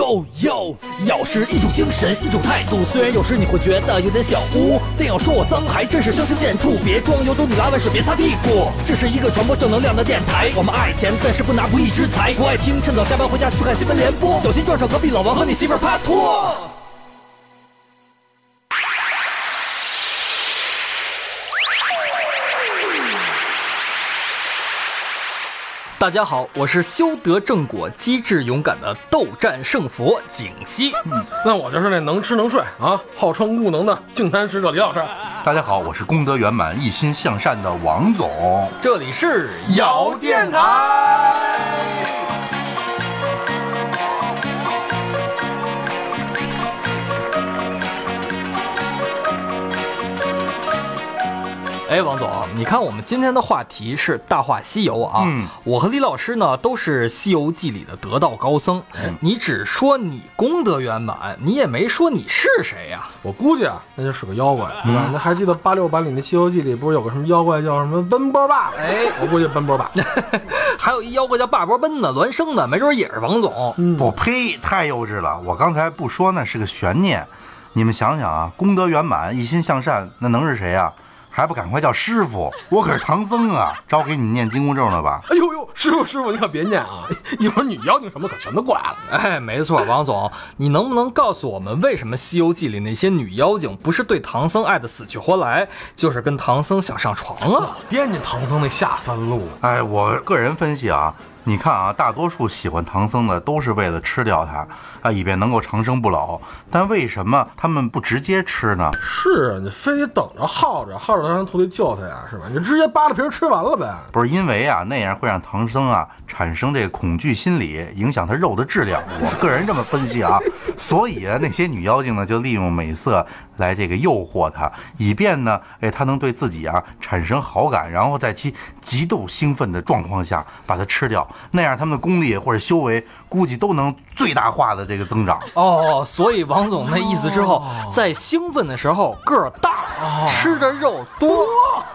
哟哟，要是一种精神，一种态度。虽然有时你会觉得有点小污，但要说我脏，还真是相形见绌。别装有种你拉完屎别擦屁股，这是一个传播正能量的电台。我们爱钱，但是不拿不义之财。不爱听，趁早下班回家去看新闻联播，小心撞上隔壁老王和你媳妇儿啪拖。大家好，我是修得正果、机智勇敢的斗战胜佛景熙。嗯那我就是那能吃能睡啊，号称无能的净坛使者李老师。大家好，我是功德圆满、一心向善的王总。这里是咬电台，哎，王总，你看我们今天的话题是《大话西游》啊。嗯我和李老师呢都是《西游记》里的得道高僧。你只说你功德圆满，你也没说你是谁呀、我估计啊，那就是个妖怪，对吧？那还记得八六版里那《西游记》里不是有个什么妖怪叫什么奔波霸？哎，我估计奔波 霸。还有一妖怪叫霸波奔呢，孪生的，没准也是王总。我呸，太幼稚了！我刚才不说那是个悬念，你们想想啊，功德圆满、一心向善，那能是谁啊？还不赶快叫师傅！我可是唐僧啊， 招给你念金箍咒呢吧？哎呦呦，师傅师傅，你可别念 啊！一会儿女妖精什么可全都过来了。哎，没错，王总，你能不能告诉我们，为什么《西游记》里那些女妖精不是对唐僧爱的死去活来，就是跟唐僧想上床啊？惦记唐僧那下三路，啊哎，我个人分析啊，你看啊，大多数喜欢唐僧的都是为了吃掉他啊，以便能够长生不老。但为什么他们不直接吃呢？是啊，你非得等着耗着，耗着让徒弟救他呀，是吧？你就直接扒了皮儿吃完了呗。不是因为啊，那样会让唐僧啊产生这个恐惧心理，影响他肉的质量。我个人这么分 析啊，所以啊，那些女妖精呢就利用美色来这个诱惑他，以便呢，哎，他能对自己啊产生好感，然后在其极度兴奋的状况下把它吃掉，那样他们的功力或者修为估计都能最大化的这个增长。哦，所以王总那意思之后，在兴奋的时候个儿大，吃的肉哦多。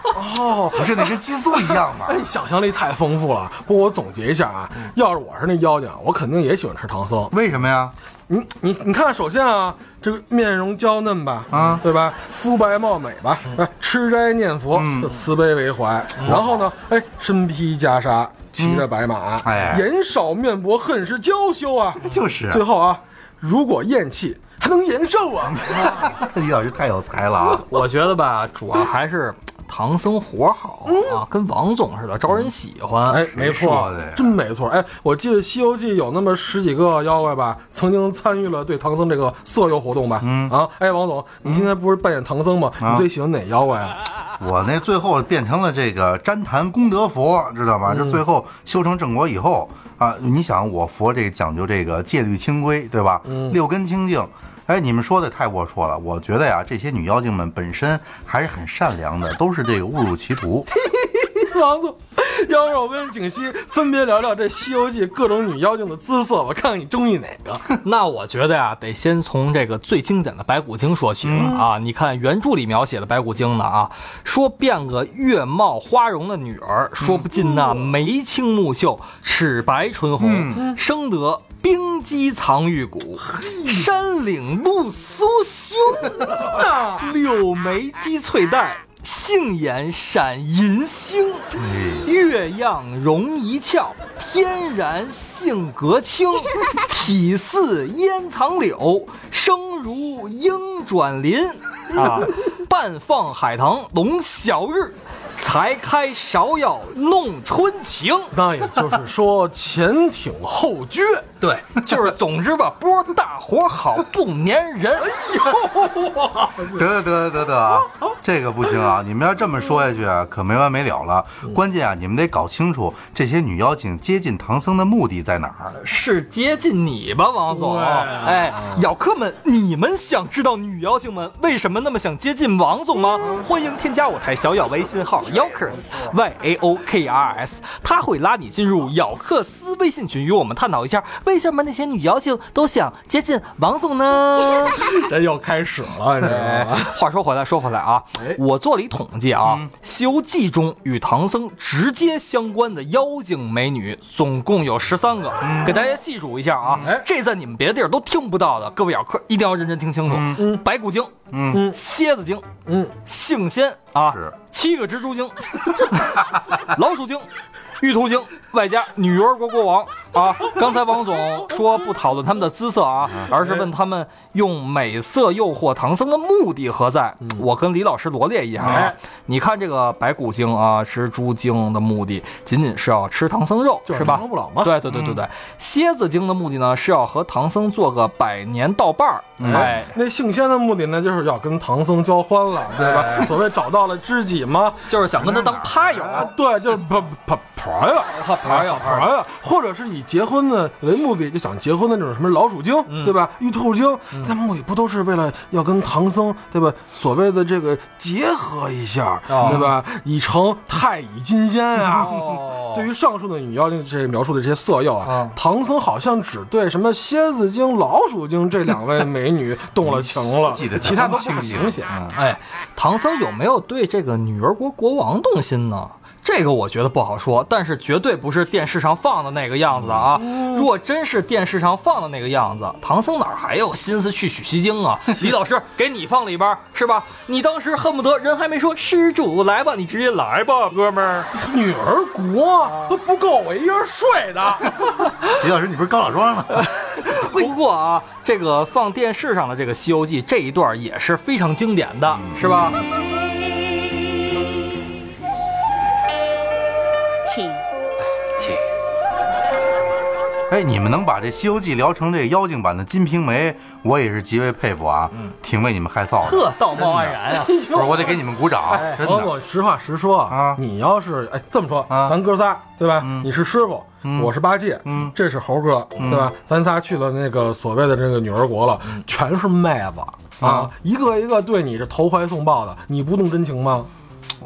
不是那哦跟激素一样吗？哎，你想象力太丰富了。不过我总结一下啊，要是我是那妖精，我肯定也喜欢吃唐僧。 为什么呀？ 你你你看，首先啊，这个面容娇嫩吧，啊对吧？肤白貌美吧，哎，吃斋念佛，嗯慈悲为怀。然后呢，哎，身披袈裟，骑着白马，哎眼少面薄，很是娇羞啊。 就是最后啊，如果咽气，还能延寿啊。嗯李老师太有才了啊！我觉得吧，主要还是唐僧活好啊，跟王总似的，招人喜欢。哎，没错说的呀，真没错。哎，我记得《西游记》有那么十几个妖怪吧，曾经参与了对唐僧这个色诱活动吧？嗯啊，哎，王总，你现在不是扮演唐僧吗？啊你最喜欢哪妖怪啊？我那最后变成了这个旃檀功德佛，知道吗？这最后修成正果以后啊，你想我佛这讲究这个戒律清规，对吧？六根清净。哎，你们说的太龌龊了。我觉得呀，这些女妖精们本身还是很善良的，都是这个误入歧途。王总，要是我跟景熙分别聊聊这《西游记》各种女妖精的姿色，我看看你中意哪个。那我觉得呀、得先从这个最经典的白骨精说起了啊。你看原著里描写的白骨精呢啊，说变个月貌花容的女儿，说不尽那眉清目秀、齿白唇红，生得冰肌藏玉骨，山岭露酥胸啊，柳眉积翠黛。杏眼闪银星，月样容一俏，天然性格 清，体似烟藏柳，声如莺转林。啊，半放海棠笼晓日，才开芍药弄春情。那也就是说，前挺后撅。对，就是总之吧，波大活好不粘人。 得得得得得啊，这个不行啊！你们要这么说下去啊，可没完没了了。关键啊，你们得搞清楚这些女妖精接近唐僧的目的在哪儿。是接近你吧，王总。对啊哎，咬客们，你们想知道女妖精们为什么那么想接近王总吗？欢迎添加我台小咬微信号 yokers y a o k r s，他会拉你进入咬克斯微信群，与我们探讨一下为什么那些女妖精都想接近王总呢？ 这又开始了，啊你知哎道吗？， 话说回来，说回来啊，我做了一统计啊，西游记》中与唐僧直接相关的妖精美女总共有十三个，给大家细数一下啊。哎这在你们别的地儿都听不到的，各位咬客一定要认真听清楚。白骨精，嗯，蝎子精，嗯，性仙啊是，七个蜘蛛精， 老鼠精。玉兔精，外加女儿国国王啊！刚才王总说不讨论他们的姿色啊，嗯而是问他们用美色诱惑唐僧的目的何在。嗯我跟李老师罗列一下啊哎，你看这个白骨精啊，蜘蛛精的目的仅仅是要吃唐僧肉，就是吧长生？不老嘛。嗯对对对对对，蝎子精的目的呢是要和唐僧做个百年道伴儿，哎，嗯那性仙的目的呢，就是要跟唐僧交欢了，对吧？哎所谓找到了知己嘛，就是想跟他当趴友。啊，对，就是朋朋朋友，朋友，朋友，或者是以结婚的为目的，就想结婚的那种什么老鼠精，对吧？玉兔精，那目的不都是为了要跟唐僧，对吧？所谓的这个结合一下，哦对吧？以成太乙金仙啊。哦对于上述的女妖精这描述的这些色诱啊啊，唐僧好像只对什么蝎子精、老鼠精这两位美 女动了情了，记得其他都不清很晰明显。嗯哎，唐僧有没有对这个女儿国国王动心呢？这个我觉得不好说，但是绝对不是电视上放的那个样子的啊！若真是电视上放的那个样子，唐僧哪儿还有心思去取西经啊？李老师给你放里边儿是吧？你当时恨不得人还没说施主来吧，你直接来吧，哥们儿。女儿国都不够我一人睡的。李老师，你不是高老庄吗？不过啊，这个放电视上的这个《西游记》这一段儿也是非常经典的，是吧？请哎，你们能把这《西游记》聊成这妖精版的《金瓶梅》，我也是极为佩服啊，嗯挺为你们害臊的。呵，道貌岸然啊！不是，我得给你们鼓掌，真王的。总，哎实话实说啊啊，你要是哎这么说，啊咱哥仨对吧？嗯你是师傅，我是八戒，这是猴哥，对吧？咱仨去了那个所谓的这个女儿国了，嗯全是妹子啊，一个一个对你这投怀送抱的，你不动真情吗？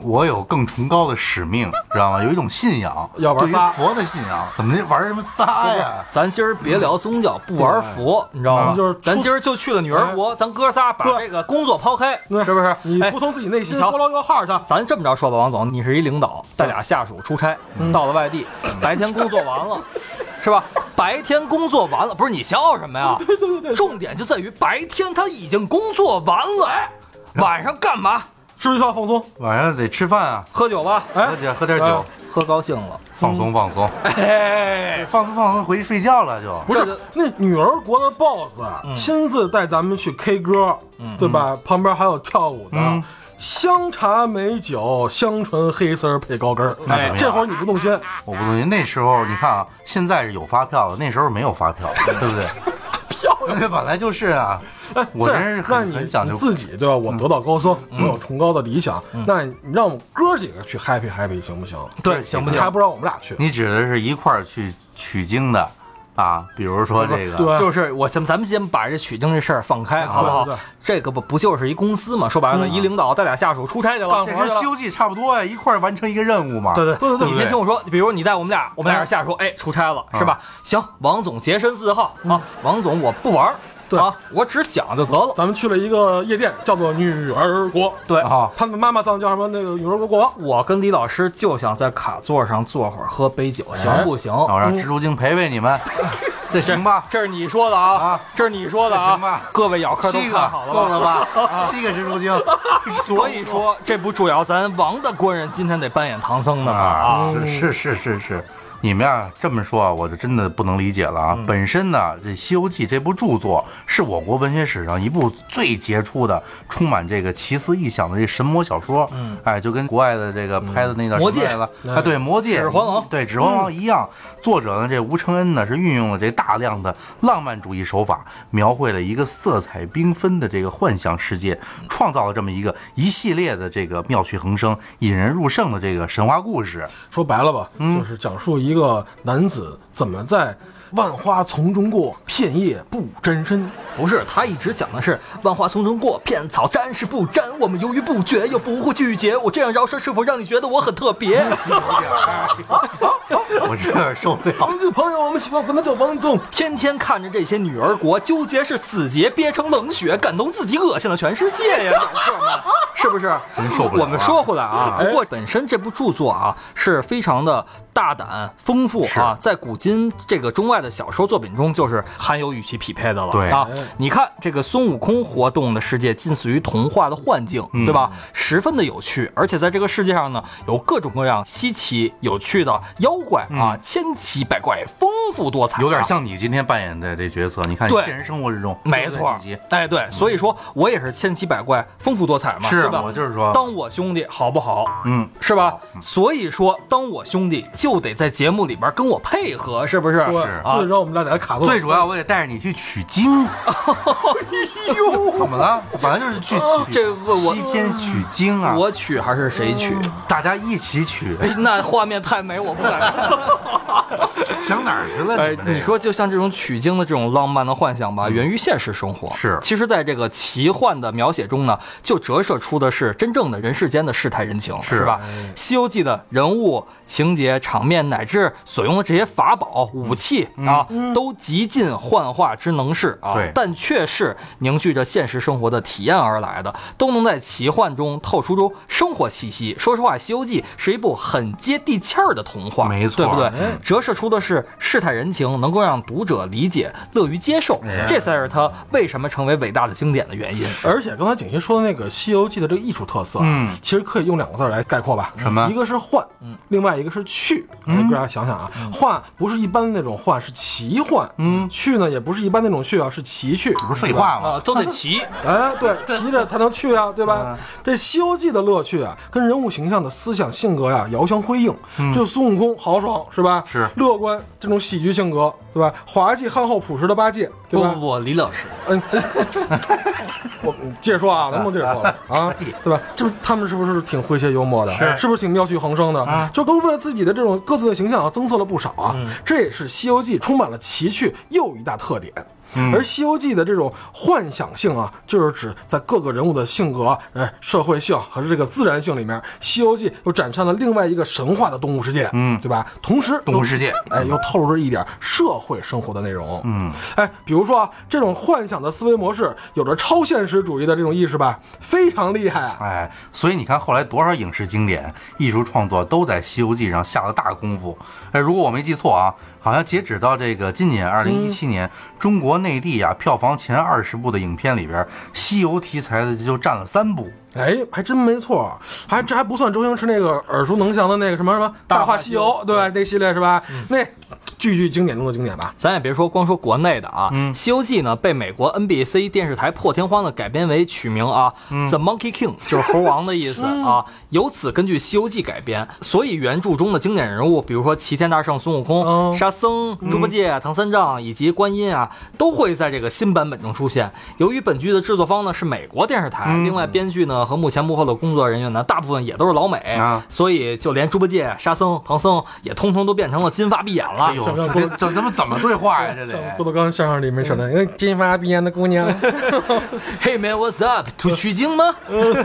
我有更崇高的使命，知道吗？有一种信仰，要玩对于仨佛的信仰，怎么这玩什么仨呀？哎咱今儿别聊宗教，不玩佛，你知道吗咱哎啊就是？咱今儿就去了女儿国，咱哥仨把对这个工作抛开，对是不是？你哎服从自己内心你瞧，follow your heart 去。咱这么着说吧，王总，你是一领导，带俩下属出差，嗯到了外 地，白天工作完了，是吧？白天工作完了，不是你笑什么 呀？对对对对，重点就在于白天他已经工作完了，哎晚上干嘛？是不是需要放松？晚上得吃饭啊，喝酒吧，哎喝点喝点酒哎，嗯喝高兴了，放松放松，哎，放松放松，回去睡觉了就。不这是个，那女儿国的 boss 啊嗯亲自带咱们去 K 歌，对吧？旁边还有跳舞嗯的，香茶美酒，香醇黑丝儿配高跟儿那怎么样。这会儿你不动心，我不同意，那时候你看啊，现在是有发票的，那时候没有发票，对不对？ 票对，本来就是啊，我这真是那很你很讲你究。嗯自己对吧？我得道高僧，我有崇高的理想，那你让我们哥几个去 happy happy 行不行？对，行不你行还？不让我们俩去？你指的是一块儿去取经的啊？比如说这个，对就是我先，咱们先把这取经这事儿放开，好不好对对对？这个不不就是一公司嘛？说白了，一领导带俩下属出差去了干。这跟《西游记》差不多呀，一块儿完成一个任务嘛。对对对对对你先听我说，比如你带我们俩，我们俩是下属，哎，出差了是吧？行，王总洁身自好啊，王总我不玩儿，对啊，我只想就得了。咱们去了一个夜店，叫做女儿国，对，啊，他们妈妈桑叫什么？那个女儿国国王。我跟李老师就想在卡座上坐会儿，喝杯酒，行不行？那我让蜘蛛精陪陪你 们，这行吧？这是你说的啊啊，这是你说的啊行吧，各位咬客都七个看好了吧，了吧？七个蜘 蛛精，所以说，这不主要咱王的官人今天得扮演唐僧的嘛啊 啊，，是是是是是，你们呀、这么说啊，我就真的不能理解了嗯啊。本身呢，这《西游记》这部著作是我国文学史上一部最杰出的、充满这个奇思异想的这神魔小说。嗯，哎，就跟国外的这个拍的那叫嗯什魔么戒来了啊，对，《魔戒》指环王嗯对《指环王》一样。作者呢，这吴承恩呢是运用了这大量的浪漫主义手法，描绘了一个色彩缤纷的这个幻想世界，创造了这么一个一系列的这个妙趣横生、引人入胜的 这个神话故事。嗯说白了吧，就是讲述一个男子怎么在万花丛中过，片叶不沾身。不是，他一直讲的是万花丛中过，片草沾是不沾。我们犹豫不决，又不会拒绝。我这样饶舌是否让你觉得我很特别？我这受不了。我们的朋友，我们喜欢管他叫王总。天天看着这些女儿国纠结是死结憋成冷血，感动自己恶心了全世界呀，哥们儿是不是？真受不了啊我们说回来啊，不过本身这部著作啊是非常的大胆丰富啊，在古今这个中外的小说作品中，就是含有与其匹配的了。对啊，你看这个孙悟空活动的世界，近似于童话的幻境，嗯对吧？十分的有趣，而且在这个世界上呢，有各种各样稀奇有趣的妖怪啊，千奇百怪，丰富多彩啊，嗯有点像你今天扮演的这角色，你看对现实生活之中，没错对不对，哎，对，所以说我也是千奇百怪、丰富多彩嘛，嗯是对吧？我就是说当我兄弟好不好？嗯，是吧？所以说，当我兄弟就得在节目里边跟我配合，是不是？对，啊最，让我们俩俩卡顿。最主要我得带着你去取 经，怎么了？本来就是去取哎哦这我我西天取经啊，我取还是谁取？哎大家一起取，哎那画面太美，我不敢。想哪儿去了？哎你，们这你个说就像这种取经的这种浪漫的幻想吧，源于现实生活。嗯是其实在这个奇幻的描写中呢，就折射出的是真正的人世间的世态人情，是是哎吧？《西游记》的人物、情节、场面，乃至所用的这些法宝、武器啊，都极尽幻化之能事啊嗯对，但却是凝聚着现实生活的体验而来的，都能在奇幻中透出中生活气息。说实话，《西游记》是一部很接地气儿的童话，没错对不对？折射出的是世态人情，能够让读者理解、乐于接受，哎这才是它为什么成为伟大的经典的 原因。而且刚才景琦说的那个《西游记》的这个艺术特色，嗯，其实可以用两个字儿来概括吧。嗯什么一个是幻，另外一个是趣。嗯，大家想想啊，幻不是一般那种幻，是奇幻。嗯，趣呢也不是一般那种趣啊，是奇趣。不是废话啊，吗？都得齐，哎，对，骑着才能去啊，对吧？这《西游记》的乐趣啊，跟人物形象的思想性格呀、啊遥相辉映。这孙悟空豪爽是吧？是乐观这种喜剧性格，对吧？滑稽憨厚朴实的八戒， 对不吧？不不，李老师，嗯， 我们接着说啊，咱们接着说了啊，对吧？这不他们是不是挺诙谐幽默的？哎是啊不是挺妙趣横生的？就都为了自己的这种各自的形象啊，增色了不少啊。嗯这也是《西游记》充满了奇趣又一大特点。嗯而《西游记》的这种幻想性啊，就是指在各个人物的性格、呃社会性和这个自然性里面，《西游记》又展现了另外一个神话的动物世界，嗯，对吧？同时，动物世界哎，又透露着一点社会生活的内容。嗯，哎，比如说啊，这种幻想的思维模式，有着超现实主义的这种意识吧，非常厉害啊。哎，所以你看，后来多少影视经典、艺术创作都在《西游记》上下了大功夫。哎，如果我没记错啊，好像截止到这个今年二零一七年，中国内地啊票房前二十部的影片里边，西游题材的就占了三部。哎，还真没错，还这还不算周星驰那个耳熟能详的那个什么什么《大话西游》对嗯吧？那系列是吧？那句句经典中的经典吧。咱也别说光说国内的啊，嗯西游记》呢被美国 NBC 电视台破天荒的改编为取名啊、t 嗯 h e Monkey King 就是猴王的 意思啊。由此根据《西游记》改编，所以原著中的经典人物，比如说齐天大圣孙悟空、哦沙僧、嗯猪八戒、啊唐三藏以及观音啊，都会在这个新版本中出现。由于本剧的制作方呢是美国电视台，嗯另外编剧呢和幕前幕后的工作人员呢，大部分也都是老美，啊所以就连猪八戒、沙僧、唐僧也通通都变成了金发碧眼了。哎呦，这这这他妈怎么对话呀？这像得郭。德纲相声里面说的，因为哎金发碧眼的姑 娘 Hey man, what's up？去取经吗？对话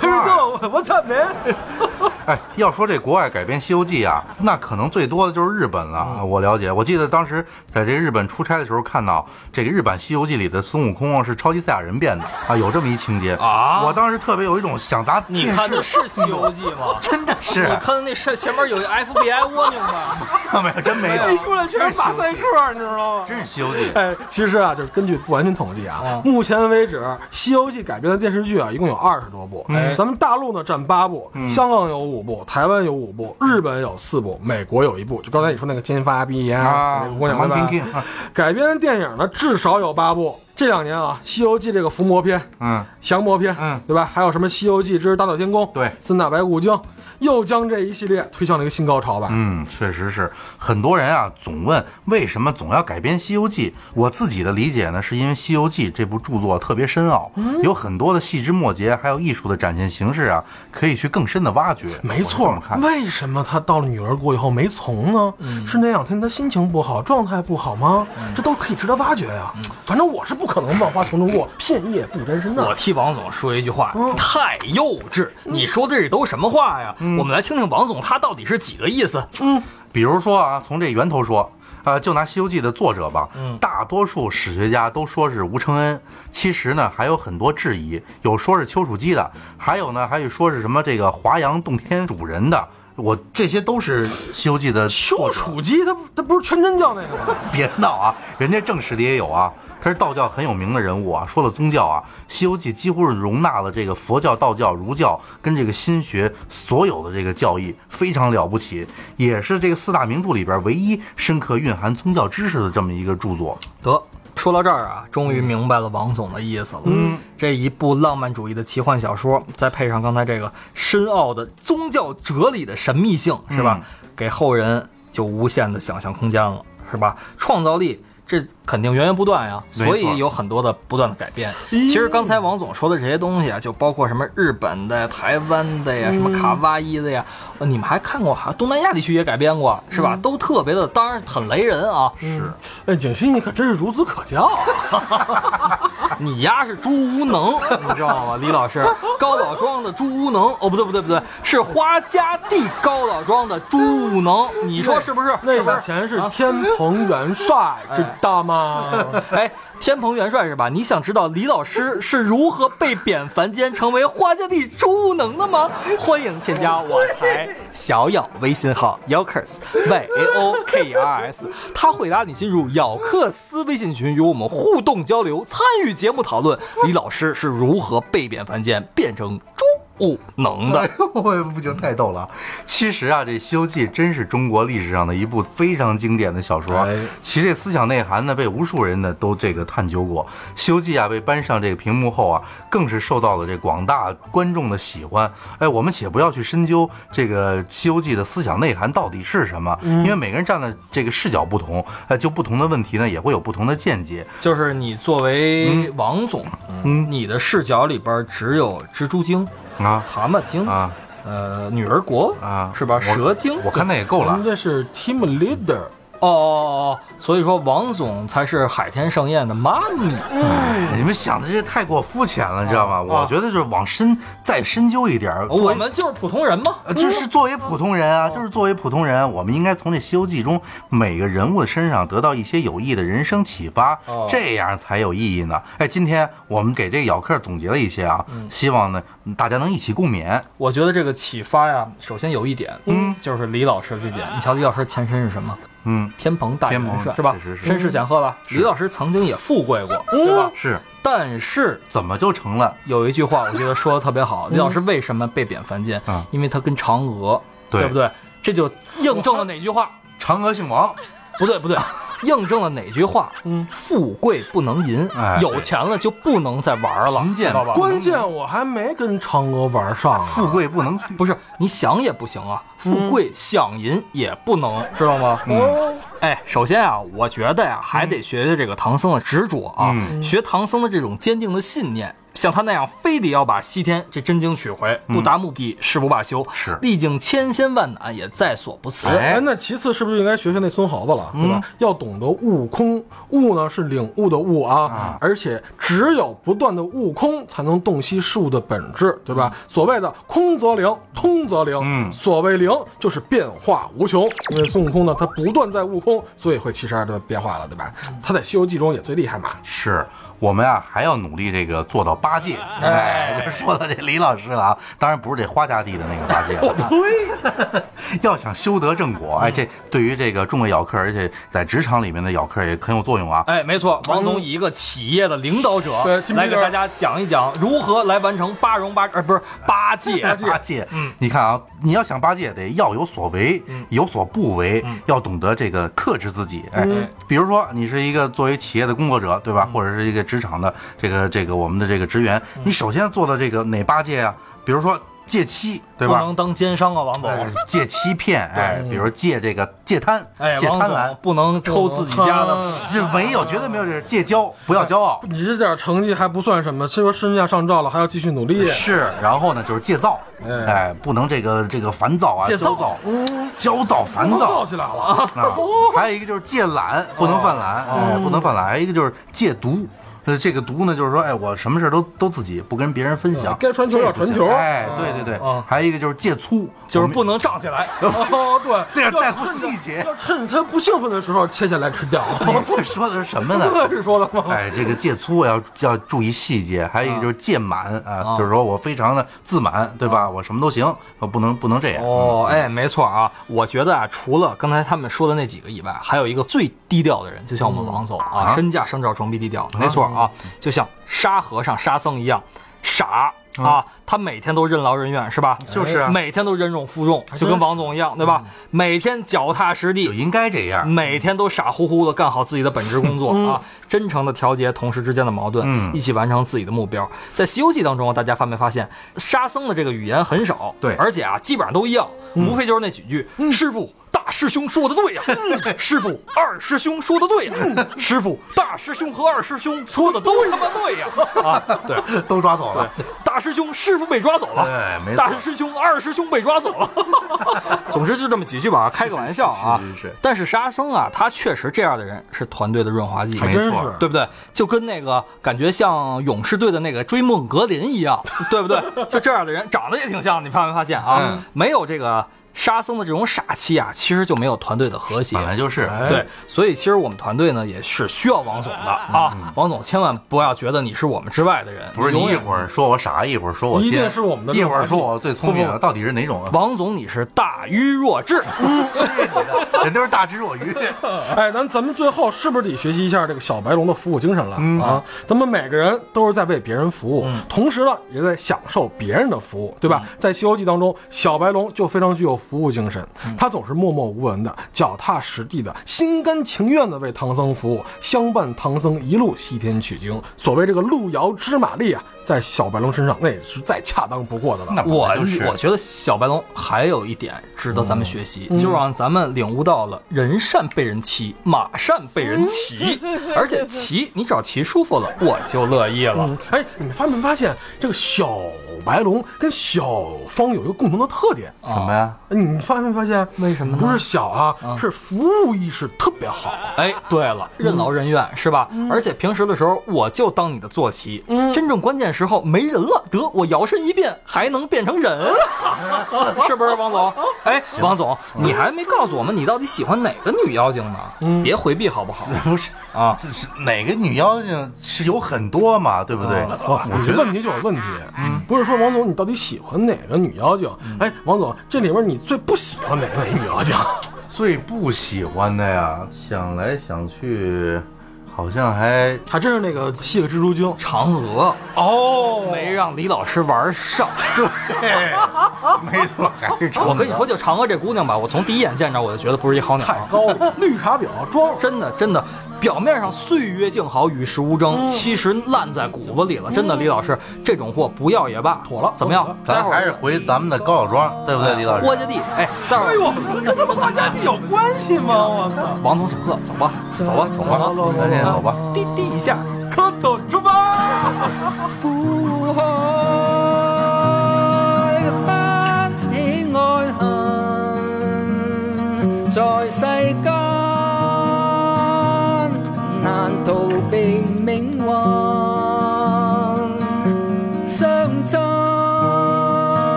哎呀，Go，What's up man？哎，要说这国外改编《西游记》啊，那可能最多的就是日本嗯了。啊我了解，我记得当时在这日本出差的时候，看到这个日版《西游记》里的孙悟空啊是超级赛亚人变的啊，有这么一情节啊我当时特别有一种想砸 你电视，？看的是《西游记》吗真的是 我看的那是前面有一 FBI 蜗牛吗？没有，真没有，一出来全是马赛克，你知道吗？真是《西游记》哎，其实啊，就是根据不完全统计啊，目前为止，《西游记》改编的电视剧啊，一共有二十多部。哎咱们大陆呢占八部，嗯香港有五部，台湾有五部，日本有四部，美国有一部。就刚才你说那个金发碧眼啊那个姑娘对王吧晶晶啊？改编的电影呢至少有八部。这两年啊，《西游记》这个伏魔篇，嗯，降魔篇，嗯对吧？还有什么《西游记之大闹天宫》，对三打白骨精，又将这一系列推向了一个新高潮吧。嗯，确实是，很多人啊总问为什么总要改编《西游记》。我自己的理解呢，是因为《西游记》这部著作特别深奥，嗯有很多的细枝末节，还有艺术的展现形式啊，可以去更深的挖掘。没我错是这么，看为什么他到了女儿国以后没从呢？是那两天他心情不好，状态不好吗？这都可以值得挖掘呀、反正我是不可能万花丛中过，片叶不沾身的 我。替王总说一句话，太幼稚！你说的这都什么话呀？我们来听听王总他到底是几个意思。比如说啊，从这源头说，呃，就拿《西游记》的作者吧，嗯大多数史学家都说是吴承恩，其实呢还有很多质疑，有说是丘处机的，还有呢还有说是什么这个华阳洞天主人的。我这些都是《西游记》的丘作者处机他他不是全真教那个吗？ 别闹啊，人家正史里也有啊，他是道教很有名的人物啊。说了宗教啊，《西游记》几乎是容纳了这个佛教、道教、儒教跟这个新学所有的这个教义，非常了不起，也是这个四大名著里边唯一深刻蕴含宗教知识的这么一个著作。得，说到这儿啊，终嗯于明白了王总的意思了。嗯，这一部浪漫主义的奇幻小说，再配上刚才这个深奥的宗教哲理的神秘性，是吧？嗯给后人就无限的想象空间了，是吧？创造力。这肯定源源不断呀，没错哎所以有很多的不断的改变。其实刚才王总说的这些东西啊，就包括什么日本的呀、台湾的呀、什嗯么卡哇伊的呀，呃你们还看过，还东南亚地区也改编过，是嗯吧？都特别的，当然很雷人啊。是， 哎，景熙你可真是孺子可 教啊！你丫是猪无能，你知道吗？李老师，高老庄的猪无能，哦，不对不对不对，是花家地高老庄的猪无能，你说是不是？那是不以是？前是天蓬元帅，知道吗？ 哎，天蓬元帅是吧？你想知道李老师是如何被贬凡间，成为花家地猪无能的吗？欢迎添加我台小咬微信号 yokers y o k E r s，他会拉你进入咬克斯微信群，与我们互动交流，参与节目讨论李老师是如何被贬凡间，变成猪无能的 哎。呦喂，不行，太逗了。其实啊，这《西游记》真是中国历史上的一部非常经典的小说哎，其这思想内涵呢，被无数人呢都这个探究过。《西游记》啊，被搬上这个屏幕后啊，更是受到了这广大观众的喜欢。哎，我们且不要去深究这个《西游记》的思想内涵到底是什么，嗯因为每个人站的这个视角不同，呃，就不同的问题呢，也会有不同的见解。就是你作为王总，你的视角里边只有蜘蛛精、啊蛤蟆精啊呃，女儿国啊，是吧？我蛇精嗯我看那也 够了人。家是 team leader，哦哦哦，所以说王总才是海天盛宴的妈咪。嗯哎你们想的这太过肤浅了，你知道吗？我觉得就是往深再深究一点儿。作啊我为们就是普通人嘛。呃就是作为普通人啊，就是作为普通人，我们应该从这《西游记》中每个人物的身上得到一些有益的人生启发哦，这样才有意义呢。哎，今天我们给这个咬客总结了一些啊，嗯希望呢大家能一起共勉。我觉得这个启发呀，首先有一点，嗯，就是李老师这点。你瞧，李老师前身是什么？嗯，天蓬大天元蓬帅是吧确实？是嗯身世显赫吧？李老师曾经也富贵过，对吧？是但是怎么就成了？有一句话，我觉得说的特别好。李老师为什么被贬凡间嗯？因为他跟嫦娥，对对不对？这就印证了哪句话？嫦娥姓王，不对不对，印证了哪句话？嗯，富贵不能淫，哎有钱了就不能再玩了，贫知贱道吧？关键我还没跟嫦娥玩上啊。富贵不能屈。不是你想也不行啊，富嗯贵想淫也不能，知道吗？哦，哎，首先啊，我觉得呀、还得学学这个唐僧的执着啊，嗯学唐僧的这种坚定的信念。像他那样，非得要把西天这真经取回，不达目的誓不罢休。嗯是历经千辛万难也在所不辞。哎嗯哎，那其次是不是应该学学那孙猴子了，对吧？要懂得悟空，悟呢是领悟的悟啊，而且只有不断的悟空，才能洞悉事物的本质，对吧？所谓的空则灵，通则灵，嗯所谓灵就是变化无穷。因为孙悟空呢，他不断在悟空，所以会七十二的变化了，对吧？嗯他在《西游记》中也最厉害嘛。是我们啊，还要努力这个做到八戒。哎，就说到这李老师了啊，当然不是这花家地的那个八戒 了。哦对，要想修得正果，哎，这对于这个众位咬客，而且在职场里面的咬客也很有作用啊。哎，没错，王总以一个企业的领导者对听不来给听大家讲一讲如何来完成八荣八呃不是八戒，哎嗯八戒，你看啊，你要想八戒，得要有所为，有所不为，嗯要懂得这个克制自己。哎，比如说你是一个作为企业的工作者，对嗯吧？或者是一个职场的这个这个我们的这个职员，你首先做的这个哪八戒啊？比如说。借妻，对不吧？能当奸商啊，王哎总。借欺骗，哎，比如借这个借贪哎，，借王贪婪嗯总，嗯不能抽自己家的。这没有，绝对没有，这是戒骄，不要骄傲，你这点成绩还不算什么，是说身价上照了，还要继续努力。是。然后呢，就是戒躁，哎，不能这个这个烦躁啊，戒焦躁躁，焦躁烦能躁造起来了，啊。还有一个就是戒懒，不能犯懒，哎，不能犯懒。还有一个就是戒毒。呃，这个毒呢，就是说，哎，我什么事儿都都自己不跟别人分享嗯，该传球这要不行传球哎，对对对，还有一个就是戒粗，就是我们不能胀起来，哦，对，嗯 那点要在乎趁着细节要趁着他不兴奋的时候切下来吃掉。 你这说的是什么呢？这是说的吗？哎，这个戒粗要要注意细节，还有一个就是戒满啊，就是说我非常的自满，对吧？我什么都行，我不能不能这样。嗯哦，哎，没错啊，我觉得啊，除了刚才他们说的那几个以外，还有一个最低调的人，就像我们王总啊，啊身价上照装逼低调，没错啊，就像沙和尚、沙僧一样傻啊，他每天都任劳任怨，是吧？嗯就是啊每天都忍辱负重，就跟王总一样，对嗯吧？每天脚踏实就地。应该这样。每天都傻乎乎的干好自己的本职工作啊，真诚的调节同事之间的矛盾，嗯一起完成自己的目标。在《西游记》当中啊，大家发没发现沙僧的这个语言很少，对嗯而且啊，基本上都一样，无非就是那几句：“师傅，大师兄说的对呀、嗯师傅，二师兄说的对呀、师傅，大师兄和二师兄说的都他妈对呀、啊，对。都抓走对了，， 大师兄师傅被抓走了，哎没错大师兄二师兄被抓走了。 总之就这么几句吧，开个玩笑啊。是是是但是沙僧啊，他确实这样的人是团队的润滑剂，还还没真错是，对不对？就跟那个感觉像勇士队的那个追梦格林一样， 对不对？就这样的人长得也挺像，你发没发现啊？嗯没有这个沙僧的这种傻气啊，其实就没有团队的和谐。本来就是。哎对，哎所以其实我们团队呢也是需要王总的啊，王总千万不要觉得你是我们之外的人，嗯不是永你一远会儿说我傻，一会儿说我一定贱是我们的一会儿说润滑我最聪明不不的，到底是哪种啊？王总你是大愚若智，是你的， 人都是大智若愚。哎，咱咱们最后是不是得学习一下这个小白龙的服务精神了、啊？咱们每个人都是在为别人服务，同时呢，也在享受别人的服务，对吧？在《西游记》当中，小白龙就非常具有服务精神，他总是默默无闻的、脚踏实地的、心甘情愿的为唐僧服务，相伴唐僧一路西天取经。所谓这个路遥知马力啊，在小白龙身上那也是再恰当不过的了。那本我来就是嗯我觉得小白龙还有一点值得咱们学习，就让咱们领悟到了人善被人欺，马善被嗯人骑，而且骑你只要骑舒服了，我就乐意了。嗯哎，你们发没发现这个小白龙跟小方有一个共同的特点？什么呀？哎你发没发现？为什么呢不是小啊，是服务意识特别好。啊哎，对了，任嗯劳任怨、是吧？而且平时的时候我就当你的坐骑，嗯真正关键时候没人了，得我摇身一变还能变成 人，是不是王总？哎，王总，嗯你还没告诉我们你到底喜欢哪个女妖精呢？别回避好不好？不是啊，这是哪个女妖精是有很多嘛，对不对？哦，我觉得嗯问题就有问题，不是说王总你到底喜欢哪个女妖精？哎，王总，这里面你最不喜欢哪个女 妖精？最不喜欢的呀，想来想去，好像还还真是那个七个蜘蛛精嫦娥哦，没让李老师玩 上。没准儿还是我跟你说，就嫦娥这姑娘吧，我从第一眼见着我就觉得不是一好鸟。太高了，绿茶婊装真的真的，表面上岁月静好，与世无嗯争，其实烂在骨子里了。真的，李老师，这种货不要也罢，妥了怎么样待妥了？咱会还是儿回咱们的高老庄，对不对，李老师？豁家地，哎，待会哎儿呦，这跟他们家地有关系吗？我操！王总请客，走吧，走吧，走哎吧，咱先走吧。嗯滴滴一下。磕头出发。苦海翻起愛恨，在世間難逃避命運，相親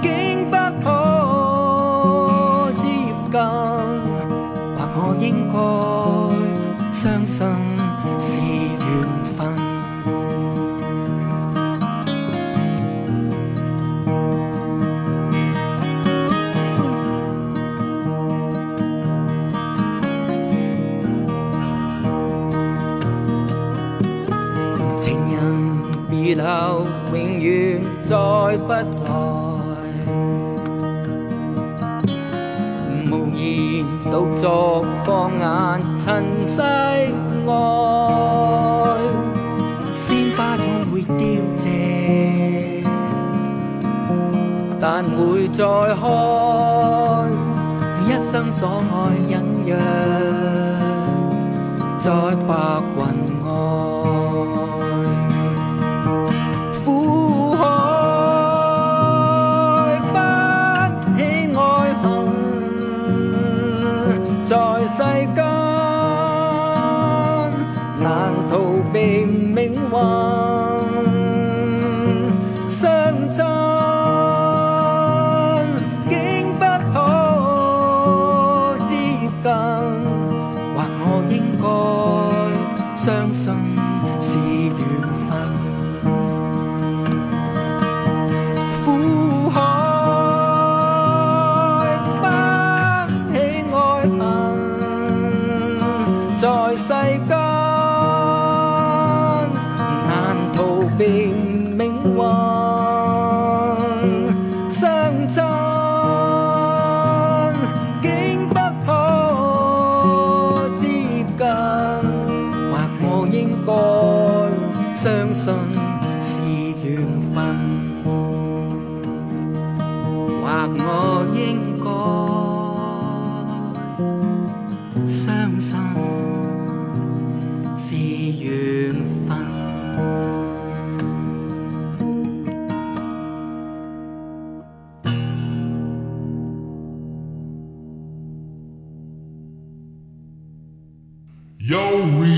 竟不可接近。或我應該相信是緣分。情人別後永遠再不來，無言獨坐放眼塵世外，鮮花總會凋謝，盼會再開，一生所愛隱約在白雲外。苦海不起愛恨，在世間難逃避命運相爭，竟不可接近。或我應該相信是緣分。苦海翻起愛恨，在世間難逃避命運相爭，竟不可接近。或我應該相信是緣分。或我應該相信是緣分。 Yo, re